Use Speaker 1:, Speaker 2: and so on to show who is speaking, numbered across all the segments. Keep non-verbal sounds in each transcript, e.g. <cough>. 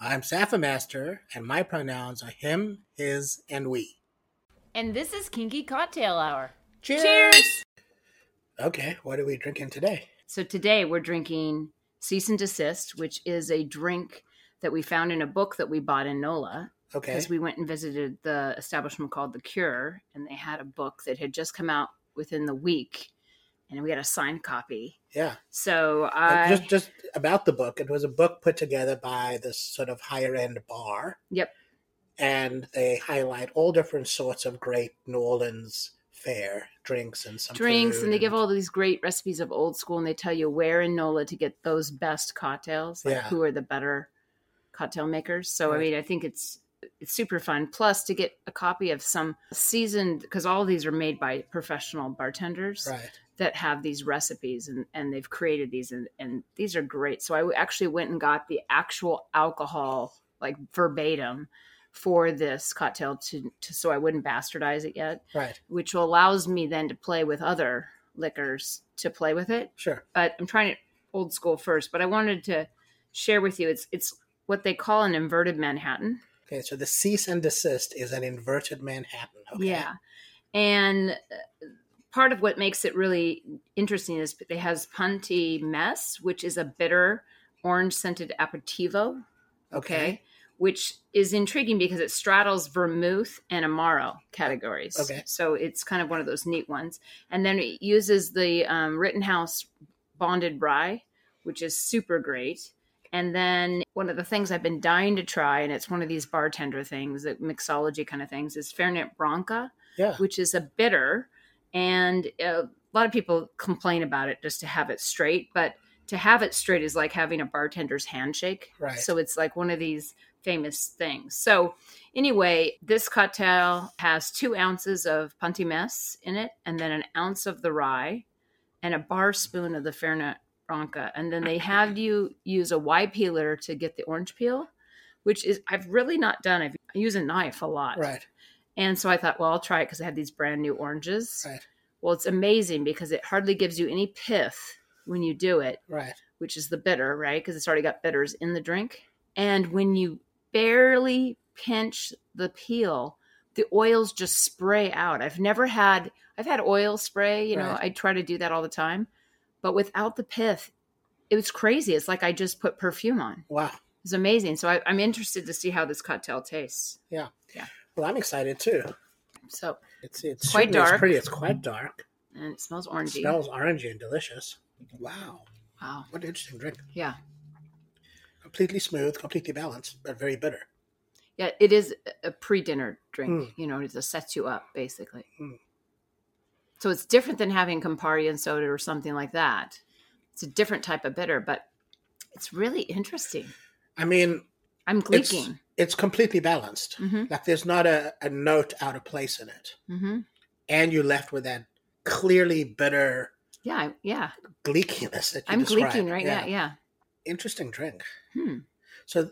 Speaker 1: I'm Safa Master, and my pronouns are him, his, and we.
Speaker 2: And this is Kinky Cocktail Hour.
Speaker 1: Cheers!
Speaker 2: Cheers!
Speaker 1: Okay, what are we drinking today?
Speaker 2: So today we're drinking Cease and Desist, which is a drink that we found in a book that we bought in NOLA.
Speaker 1: Okay.
Speaker 2: because we went and visited the establishment called The Cure, and they had a book that had just come out within the week, and we got a signed copy.
Speaker 1: yeah.
Speaker 2: So
Speaker 1: Uh,
Speaker 2: I,
Speaker 1: Just just about the book. It was a book put together by this sort of higher end bar.
Speaker 2: Yep.
Speaker 1: And they highlight all different sorts of great New Orleans fare drinks and some
Speaker 2: drinks, and they
Speaker 1: food
Speaker 2: give all these great recipes of old school, and they tell you where in NOLA to get those best cocktails, like
Speaker 1: Yeah.
Speaker 2: who are the better cocktail makers. So I
Speaker 1: Right.
Speaker 2: mean, I think it's it's super fun. Plus, to get a copy of some seasoned, because all of these are made by professional bartenders.
Speaker 1: right.
Speaker 2: that have these recipes and, and they've created these and, and these are great. So I w- actually went and got the actual alcohol like verbatim for this cocktail to, to so I wouldn't bastardize it yet,
Speaker 1: Right.
Speaker 2: which allows me then to play with other liquors to play with it.
Speaker 1: Sure.
Speaker 2: But I'm trying it old school first. But I wanted to share with you it's it's what they call an inverted Manhattan.
Speaker 1: Okay, so the cease and desist is an inverted Manhattan. Okay.
Speaker 2: Yeah. And uh, part of what makes it really interesting is it has Punti Mess, which is a bitter orange scented aperitivo.
Speaker 1: Okay.
Speaker 2: Which is intriguing because it straddles vermouth and amaro categories.
Speaker 1: Okay.
Speaker 2: So it's kind of one of those neat ones. And then it uses the um, Rittenhouse bonded rye, which is super great. And then one of the things I've been dying to try, and it's one of these bartender things, the mixology kind of things, is Fernet Branca,
Speaker 1: Yeah.
Speaker 2: which is a bitter. And uh, a lot of people complain about it just to have it straight, but to have it straight is like having a bartender's handshake.
Speaker 1: Right.
Speaker 2: So it's like one of these famous things. So anyway, this cocktail has two ounces of Punti Mess in it, and then an ounce of the rye, and a bar spoon of the Fernet Branca. And then they have you use a Y peeler to get the orange peel, which is I've really not done. I've, I use a knife a lot.
Speaker 1: Right.
Speaker 2: And so I thought, well, I'll try it because I had these brand new oranges.
Speaker 1: Right.
Speaker 2: Well, it's amazing because it hardly gives you any pith when you do it,
Speaker 1: Right.
Speaker 2: which is the bitter, right? Because it's already got bitters in the drink. And when you barely pinch the peel, the oils just spray out. I've never had, I've had oil spray, you know,
Speaker 1: Right.
Speaker 2: I try to do that all the time. But without the pith, it was crazy. It's like I just put perfume on.
Speaker 1: Wow.
Speaker 2: It's amazing. So I, I'm interested to see how this cocktail tastes.
Speaker 1: Well, I'm excited too.
Speaker 2: So,
Speaker 1: It's it's
Speaker 2: Quite
Speaker 1: certainly- it's
Speaker 2: dark.
Speaker 1: pretty. It's quite dark.
Speaker 2: and it smells
Speaker 1: It
Speaker 2: orangey.
Speaker 1: smells orangey and delicious. Wow,
Speaker 2: Wow.
Speaker 1: what an interesting drink.
Speaker 2: Yeah.
Speaker 1: Completely smooth, completely balanced, but very bitter.
Speaker 2: Yeah, it is a pre-dinner drink.
Speaker 1: Mm.
Speaker 2: You know, it just sets you up basically.
Speaker 1: Mm.
Speaker 2: So it's different than having Campari and soda or something like that. It's a different type of bitter, but it's really interesting.
Speaker 1: I mean,
Speaker 2: I'm
Speaker 1: it's
Speaker 2: gleeking.
Speaker 1: it's completely balanced.
Speaker 2: Mm-hmm.
Speaker 1: Like there's not a, a note out of place in it,
Speaker 2: Mm-hmm.
Speaker 1: and you're left with that clearly bitter
Speaker 2: Yeah, I- yeah.
Speaker 1: gleekiness that you
Speaker 2: I'm
Speaker 1: described.
Speaker 2: gleeking right now. Yeah.
Speaker 1: Interesting drink.
Speaker 2: Hmm.
Speaker 1: So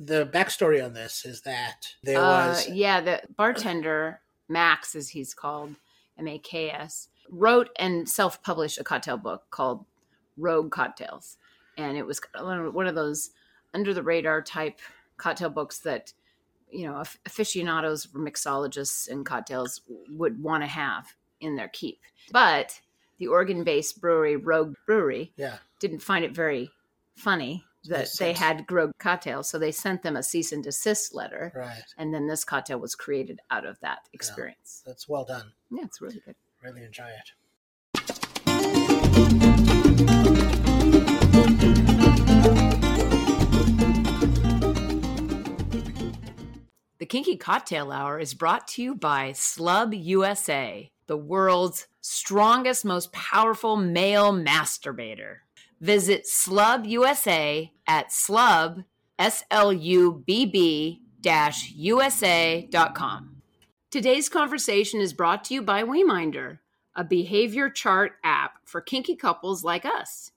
Speaker 1: the backstory on this is that there
Speaker 2: Uh,
Speaker 1: was
Speaker 2: yeah, the bartender Max, as he's called, M A K S, wrote and self-published a cocktail book called Rogue Cocktails, and it was one of those under the radar type cocktail books that you know af- aficionados or mixologists and cocktails would want to have in their keep but the oregon-based brewery rogue brewery
Speaker 1: Yeah.
Speaker 2: didn't find it very funny that
Speaker 1: Makes
Speaker 2: they
Speaker 1: sense.
Speaker 2: had rogue cocktails so they sent them a cease and desist letter
Speaker 1: Right.
Speaker 2: and then this cocktail was created out of that experience
Speaker 1: That's well done.
Speaker 2: yeah, it's really good
Speaker 1: Really enjoy it.
Speaker 2: The Kinky Cocktail Hour is brought to you by Slub USA, the world's strongest, most powerful male masturbator. Visit Slub USA at slub, S L U B B USA.com. Today's conversation is brought to you by WeMinder, a behavior chart app for kinky couples like us.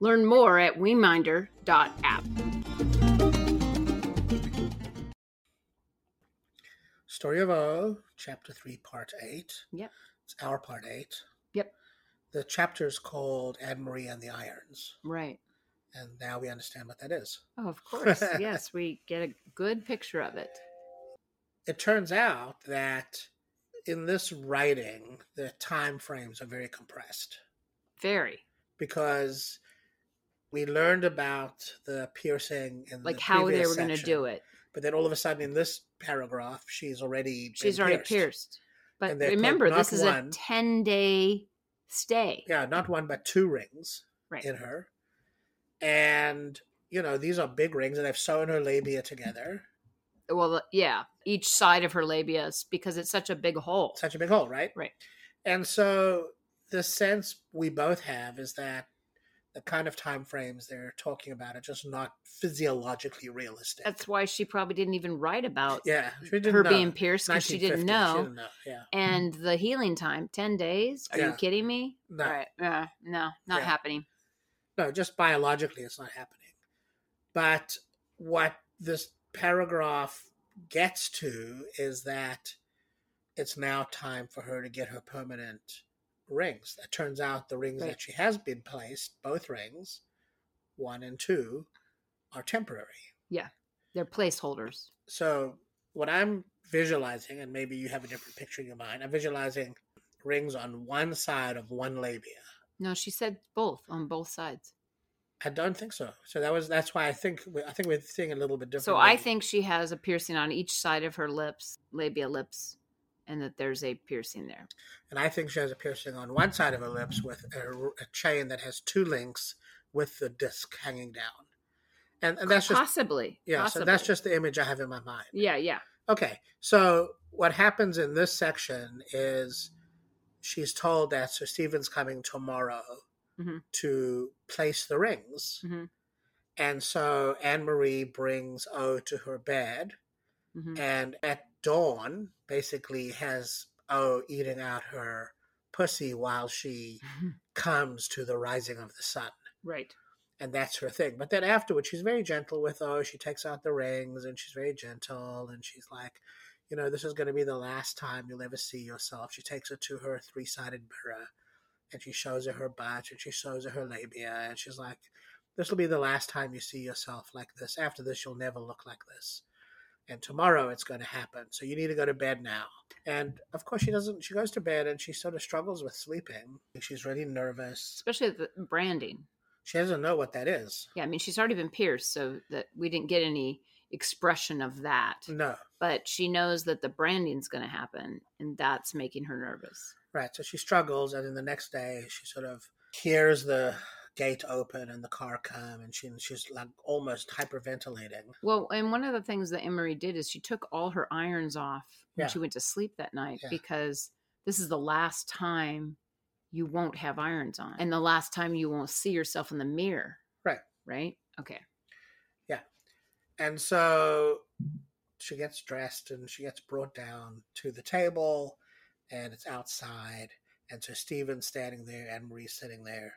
Speaker 2: Learn more at WeMinder.app.
Speaker 1: Story of O, Chapter 3, Part 8.
Speaker 2: Yep.
Speaker 1: It's our Part 8.
Speaker 2: Yep.
Speaker 1: The chapter is called Anne Marie and the Irons.
Speaker 2: Right.
Speaker 1: And now we understand what that is.
Speaker 2: Oh, of
Speaker 1: <laughs>
Speaker 2: course. yes, we get a good picture of it.
Speaker 1: It turns out that in this writing, the time frames are very compressed
Speaker 2: Very.
Speaker 1: because we learned about the piercing in
Speaker 2: Like
Speaker 1: the
Speaker 2: how they were
Speaker 1: previous
Speaker 2: going to
Speaker 1: section,
Speaker 2: do it.
Speaker 1: But then all of a sudden, in this paragraph, she's already
Speaker 2: She's
Speaker 1: been
Speaker 2: already
Speaker 1: pierced.
Speaker 2: pierced. But
Speaker 1: And they're
Speaker 2: remember,
Speaker 1: picked not
Speaker 2: this is a
Speaker 1: one.
Speaker 2: 10 day stay.
Speaker 1: Yeah, not one but two rings.
Speaker 2: right.
Speaker 1: in her. And, you know, these are big rings and they've sewn her labia together.
Speaker 2: Well, yeah. Each side of her labia is because it's such a big hole.
Speaker 1: Such a big hole, right?
Speaker 2: Right.
Speaker 1: And so the sense we both have is that the kind of time frames they're talking about are just not physiologically realistic.
Speaker 2: That's why she probably didn't even write about
Speaker 1: yeah. She didn't
Speaker 2: her
Speaker 1: know.
Speaker 2: being pierced because she didn't
Speaker 1: 1950,
Speaker 2: know.
Speaker 1: She didn't know.
Speaker 2: And the healing time, 10 days? Are you
Speaker 1: Yeah.
Speaker 2: kidding me?
Speaker 1: No.
Speaker 2: All right. Uh, no, not
Speaker 1: Yeah.
Speaker 2: happening.
Speaker 1: Yeah. No, just biologically it's not happening. But what this paragraph gets to is that it's now time for her to get her permanent rings. It turns out the rings
Speaker 2: Right.
Speaker 1: that she has been placed, both rings, one and two, are temporary.
Speaker 2: They're placeholders.
Speaker 1: So what I'm visualizing, and maybe you have a different picture in your mind, I'm visualizing rings on one side of one labia.
Speaker 2: No, she said both on both sides.
Speaker 1: I don't think so. So that was that's why I think we- I think we're seeing a little bit different.
Speaker 2: So I think she has a piercing on each side of her lips, labia lips, and that there's a piercing there.
Speaker 1: and I think she has a piercing on one side of her lips with a, r- a chain that has two links with the disc hanging down, and, and that's just
Speaker 2: possibly.
Speaker 1: yeah.
Speaker 2: possibly.
Speaker 1: So that's just the image I have in my mind.
Speaker 2: yeah, yeah,
Speaker 1: Okay, so what happens in this section is she's told that Sir Stephen's coming tomorrow
Speaker 2: Mhm.
Speaker 1: to place the rings,
Speaker 2: Mhm.
Speaker 1: and so Anne Marie brings O to her bed,
Speaker 2: hmm
Speaker 1: and at dawn basically has O eating out her pussy while she comes to the rising of the sun.
Speaker 2: <laughs> right.
Speaker 1: And that's her thing. But then afterwards, she's very gentle with O. She takes out the rings and she's very gentle. And she's like, you know, this is going to be the last time you'll ever see yourself. She takes her to her three sided mirror and she shows her her butt and she shows her her labia. And she's like, this will be the last time you see yourself like this. After this, you'll never look like this. And tomorrow it's going to happen. So you need to go to bed now. And of course, she doesn't. She goes to bed and she sort of struggles with sleeping. She's really nervous.
Speaker 2: Especially the branding.
Speaker 1: She doesn't know what that is.
Speaker 2: Yeah, I mean she's already been pierced, so that we didn't get any expression of that.
Speaker 1: No.
Speaker 2: But she knows that the branding's going to happen, and that's making her nervous.
Speaker 1: Right. So she struggles, and then the next day she sort of hears the gate open and the car come, and she she's like almost hyperventilating.
Speaker 2: Well, and one of the things that Emery did is she took all her irons off when
Speaker 1: Yeah.
Speaker 2: she went to sleep that night
Speaker 1: Yeah.
Speaker 2: because this is the last time you won't have irons on and the last time you won't see yourself in the mirror.
Speaker 1: Right.
Speaker 2: Right? Okay.
Speaker 1: And so she gets dressed and she gets brought down to the table, and it's outside, and so Steven's standing there, and Marie's sitting there,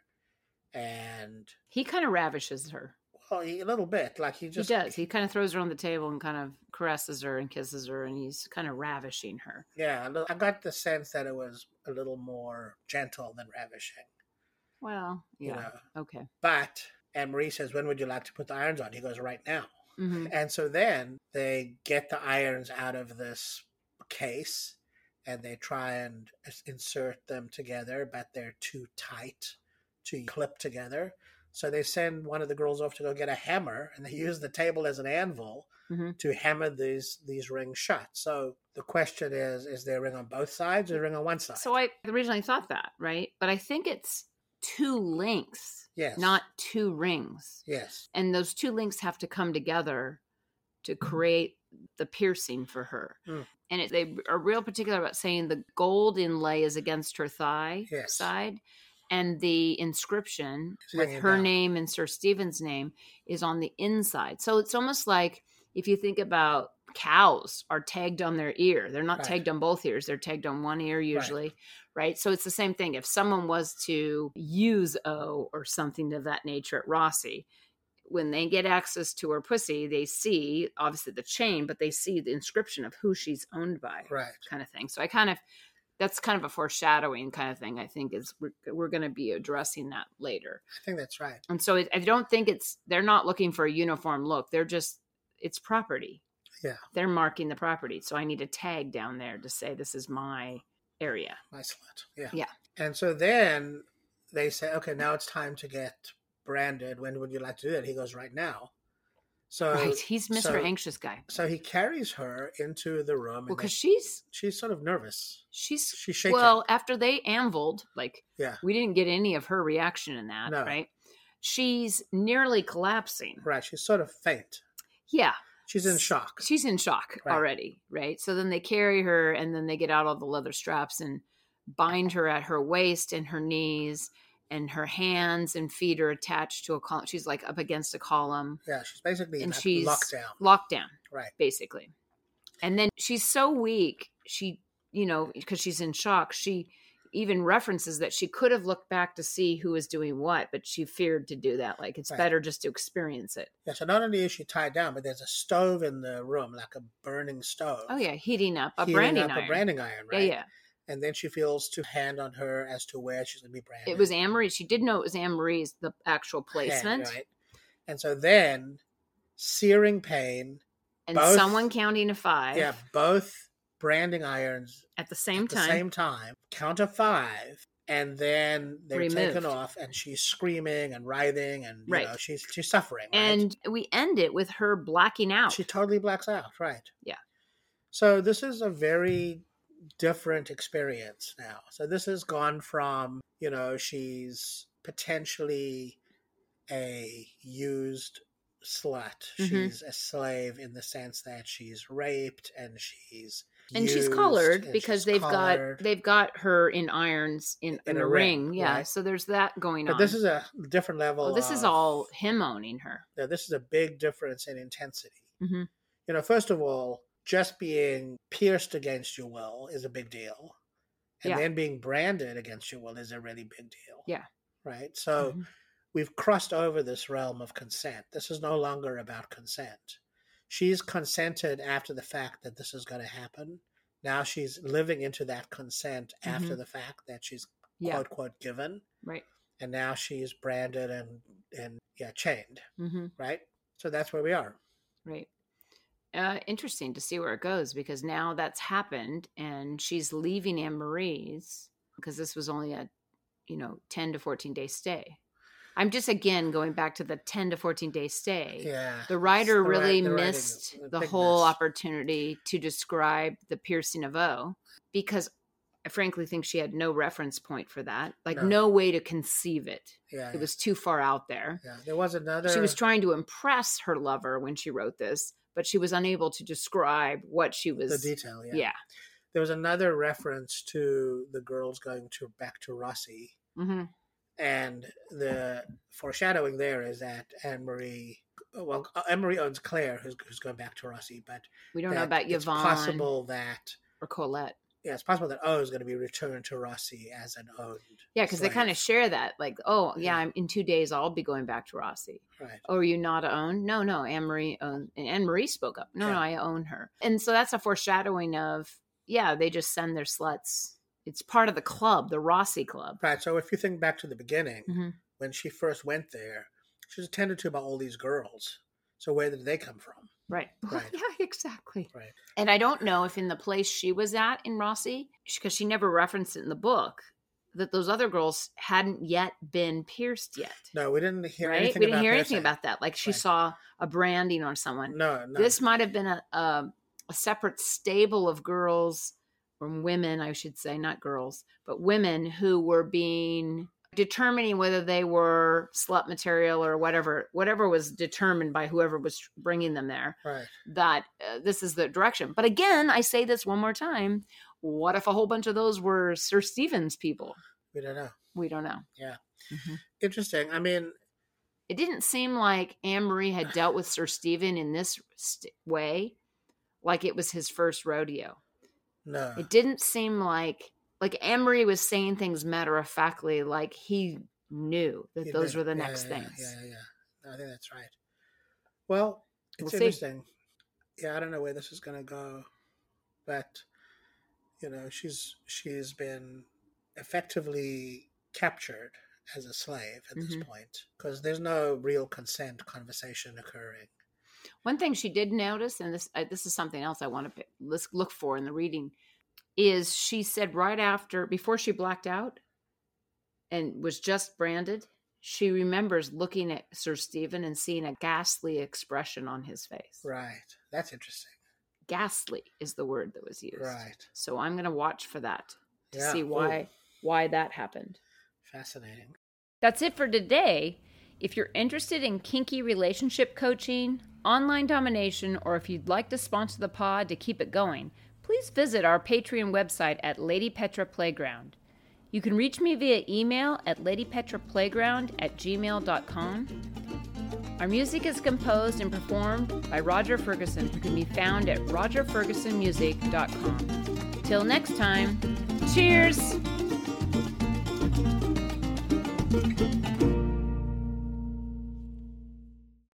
Speaker 1: and
Speaker 2: He kind of ravishes her.
Speaker 1: well, he, a little bit like he just
Speaker 2: he does. He kind of throws her on the table and kind of caresses her and kisses her and he's kind of ravishing her.
Speaker 1: yeah. a little- I got the sense that it was a little more gentle than ravishing,
Speaker 2: Well, yeah.
Speaker 1: you know.
Speaker 2: Okay.
Speaker 1: But and Marie says, "When would you like to put the irons on?" He goes, "Right now."
Speaker 2: hmm
Speaker 1: And so then they get the irons out of this case and they try and insert them together, but they're too tight to clip together. So they send one of the girls off to go get a hammer and they use the table as an anvil
Speaker 2: Mhm.
Speaker 1: to hammer these these rings shut. So the question is is there a ring on both sides or a ring on one side?
Speaker 2: So I originally thought that, right? But I think it's two links,
Speaker 1: yes.
Speaker 2: not two rings.
Speaker 1: yes.
Speaker 2: And those two links have to come together to create the piercing for her.
Speaker 1: Mm.
Speaker 2: And it, they are real particular about saying the gold inlay is against her thigh
Speaker 1: Yes.
Speaker 2: side. And the inscription
Speaker 1: It's
Speaker 2: with
Speaker 1: hanging
Speaker 2: her
Speaker 1: down.
Speaker 2: name and Sir Stephen's name is on the inside. So it's almost like if you think about cows are tagged on their ear. They're not
Speaker 1: Right.
Speaker 2: tagged on both ears. They're tagged on one ear usually, right. So it's the same thing. If someone was to use O or something of that nature at Rossi, when they get access to her pussy, they see obviously the chain, but they see the inscription of who she's owned by,
Speaker 1: Right.
Speaker 2: kind of thing. So I kind of that's kind of a foreshadowing kind of thing. I think is we're, we're going to be addressing that later.
Speaker 1: I think that's right.
Speaker 2: And so it, I don't think it's they're not looking for a uniform look. They're just it's property.
Speaker 1: Yeah.
Speaker 2: They're marking the property. So I need a tag down there to say this is my area.
Speaker 1: My slut. Yeah.
Speaker 2: Yeah.
Speaker 1: And so then they say, okay, now it's time to get branded. When would you like to do that? He goes, right now. So
Speaker 2: right. He's Mr.
Speaker 1: so-
Speaker 2: Anxious guy.
Speaker 1: so he carries her into the
Speaker 2: Well,
Speaker 1: room. and
Speaker 2: cuz she's
Speaker 1: she's sort of nervous.
Speaker 2: she's
Speaker 1: She's shaking.
Speaker 2: Well, after they anviled, like
Speaker 1: Yeah.
Speaker 2: we didn't get any of her reaction in that,
Speaker 1: No.
Speaker 2: right? She's nearly collapsing.
Speaker 1: right. She's sort of faint.
Speaker 2: Yeah,
Speaker 1: She's in shock.
Speaker 2: she's in shock
Speaker 1: Right.
Speaker 2: already, right? So then they carry her and then they get out all the leather straps and bind her at her waist and her knees and her hands and feet are attached to a column. She's like up against a column,
Speaker 1: yeah. She's basically
Speaker 2: And
Speaker 1: in
Speaker 2: she's-
Speaker 1: lockdown.
Speaker 2: locked down,
Speaker 1: Right.
Speaker 2: basically. And then she's so weak, she, you know, because she's in shock, she even references that she could have looked back to see who was doing what, but she feared to do that. Like it's
Speaker 1: Right.
Speaker 2: better just to experience it.
Speaker 1: Yeah. So not only is she tied down, but there's a stove in the room, like a burning stove.
Speaker 2: Oh, yeah, heating up a
Speaker 1: Heating
Speaker 2: branding
Speaker 1: up
Speaker 2: iron.
Speaker 1: A branding iron. Right.
Speaker 2: Yeah, yeah.
Speaker 1: And then she feels to hand on her as to where she's going to be branded.
Speaker 2: It was Anne Marie. She did know it was Anne Marie's the actual placement,
Speaker 1: Right. And so then, searing pain.
Speaker 2: and
Speaker 1: Both-
Speaker 2: someone counting to five
Speaker 1: Yeah, both branding irons
Speaker 2: at the same
Speaker 1: at the
Speaker 2: time.
Speaker 1: same time. Count of five, and then they're
Speaker 2: Removed.
Speaker 1: taken off, and she's screaming and writhing, and you
Speaker 2: Right.
Speaker 1: know she's she's suffering. Right?
Speaker 2: and we end it with her blacking out.
Speaker 1: she totally blacks out. Right.
Speaker 2: Yeah.
Speaker 1: So this is a very different experience now. So this has gone from you know she's potentially a used slut.
Speaker 2: Mhm.
Speaker 1: She's a slave in the sense that she's raped and she's
Speaker 2: and she's
Speaker 1: used
Speaker 2: collared
Speaker 1: and
Speaker 2: because
Speaker 1: she's
Speaker 2: they've
Speaker 1: collared.
Speaker 2: got they've got her in irons in, in,
Speaker 1: In
Speaker 2: a,
Speaker 1: a
Speaker 2: ring.
Speaker 1: ring,
Speaker 2: Yeah,
Speaker 1: right.
Speaker 2: so there's that going
Speaker 1: But
Speaker 2: on.
Speaker 1: this is a different level.
Speaker 2: Well, Oh, this is
Speaker 1: of-
Speaker 2: all him owning her.
Speaker 1: Now, this is a big difference in intensity.
Speaker 2: Mhm.
Speaker 1: You know, first of all, just being pierced against your will is a big deal. And
Speaker 2: Yeah.
Speaker 1: then being branded against your will is a really big deal.
Speaker 2: Yeah.
Speaker 1: Right. So
Speaker 2: Mhm.
Speaker 1: we've crossed over this realm of consent. This is no longer about consent. She's consented after the fact that this is going to happen. Now she's living into that consent after the fact that she's
Speaker 2: Mm-hmm. yeah,
Speaker 1: quote, quote, given.
Speaker 2: right.
Speaker 1: And now she's branded and, and yeah, chained
Speaker 2: hmm
Speaker 1: right? So that's where we are.
Speaker 2: Right. Uh, interesting to see where it goes because now that's happened and she's leaving Anne Marie's because this was only a, you know, 10 to 14 day stay. I'm just again going back to the 10 to 14 day stay.
Speaker 1: Yeah. <laughs>
Speaker 2: The writer
Speaker 1: It's the
Speaker 2: really
Speaker 1: wri- the writing is
Speaker 2: missed
Speaker 1: a
Speaker 2: the
Speaker 1: big
Speaker 2: whole
Speaker 1: mess.
Speaker 2: opportunity to describe the piercing of O because I frankly think she had no reference point for that, like no,
Speaker 1: No.
Speaker 2: way to conceive it.
Speaker 1: Yeah,
Speaker 2: It
Speaker 1: yeah,
Speaker 2: was too far out there.
Speaker 1: yeah. There was another.
Speaker 2: She was trying to impress her lover when she wrote this, but she was unable to describe what she was.
Speaker 1: the detail. Yeah.
Speaker 2: yeah.
Speaker 1: There was another reference to the girls going to back to Rossi,
Speaker 2: hmm
Speaker 1: and the foreshadowing there is that Anne Marie. Well, uh, Anne Marie owns Claire, who's, who's going back to Rossi, but
Speaker 2: We don't know
Speaker 1: that
Speaker 2: about
Speaker 1: It's
Speaker 2: Yvonne
Speaker 1: possible that
Speaker 2: or Colette.
Speaker 1: yeah, it's possible that O is going to be returned to Rossi as an owned.
Speaker 2: Yeah, because they
Speaker 1: slave.
Speaker 2: kind of share that. Like, oh, yeah,
Speaker 1: Yeah.
Speaker 2: I'm, in two days, I'll be going back to Rossi.
Speaker 1: right.
Speaker 2: oh, are you not owned? No, no, Anne Marie owned. And Anne Marie spoke up. No, no,
Speaker 1: Yeah.
Speaker 2: I own her. And so that's a foreshadowing of, yeah, they just send their sluts. It's part of the club, the Rossi Club.
Speaker 1: Right. So if you think back to the beginning,
Speaker 2: Mhm.
Speaker 1: when she first went there, she was attended to by all these girls. So where did they come from?
Speaker 2: <laughs> Right.
Speaker 1: Right.
Speaker 2: yeah, exactly.
Speaker 1: Right.
Speaker 2: And I don't know if in the place she was at in Rossi, because she never referenced it in the book, that those other girls hadn't yet been pierced yet.
Speaker 1: No, we didn't hear
Speaker 2: right?
Speaker 1: anything.
Speaker 2: We didn't
Speaker 1: about
Speaker 2: hear
Speaker 1: their
Speaker 2: anything
Speaker 1: thing.
Speaker 2: about that. Like she
Speaker 1: Right.
Speaker 2: saw a branding on someone.
Speaker 1: No, no.
Speaker 2: This might have been a, a a separate stable of girls or women, I should say, not girls, but women who were being determining whether they were slut material or whatever whatever was determined by whoever was bringing them there
Speaker 1: right.
Speaker 2: that uh, this is the direction. But again, I say this one more time. What if a whole bunch of those were Sir Stephen's people?
Speaker 1: We don't know.
Speaker 2: We don't know.
Speaker 1: Yeah.
Speaker 2: Mhm.
Speaker 1: Interesting. I mean,
Speaker 2: It didn't seem like Anne Marie had dealt with Sir Stephen in this st- way, like it was his first rodeo.
Speaker 1: no.
Speaker 2: It didn't seem like like Anne Marie was saying things matter of factly, like he knew that
Speaker 1: You
Speaker 2: those
Speaker 1: do.
Speaker 2: were the
Speaker 1: Yeah,
Speaker 2: next
Speaker 1: yeah,
Speaker 2: things.
Speaker 1: Yeah, yeah, yeah. No, I think that's right. Well,
Speaker 2: We'll
Speaker 1: it's
Speaker 2: see.
Speaker 1: interesting. Yeah, I don't know where this is going to go, but you know, she's she's been effectively captured as a slave at this
Speaker 2: Mhm.
Speaker 1: point because there's no real consent conversation occurring.
Speaker 2: One thing she did notice, and this uh, this is something else I want to pick, let's look for in the reading, is she said right after before she blacked out and was just branded, she remembers looking at Sir Stephen and seeing a ghastly expression on his face.
Speaker 1: Right. That's interesting.
Speaker 2: Ghastly is the word that was used.
Speaker 1: Right.
Speaker 2: So I'm going to watch for that to
Speaker 1: Yeah. Oh.
Speaker 2: see
Speaker 1: Ooh,
Speaker 2: why why that happened.
Speaker 1: fascinating.
Speaker 2: That's it for today. If you're interested in kinky relationship coaching, online domination, or if you'd like to sponsor the pod to keep it going, please visit our Patreon website at Lady Petra Playground. You can reach me via email at ladypetraplayground at gmail.com. Our music is composed and performed by Roger Ferguson, who can be found at rogerfergusonmusic.com. Till next time, cheers!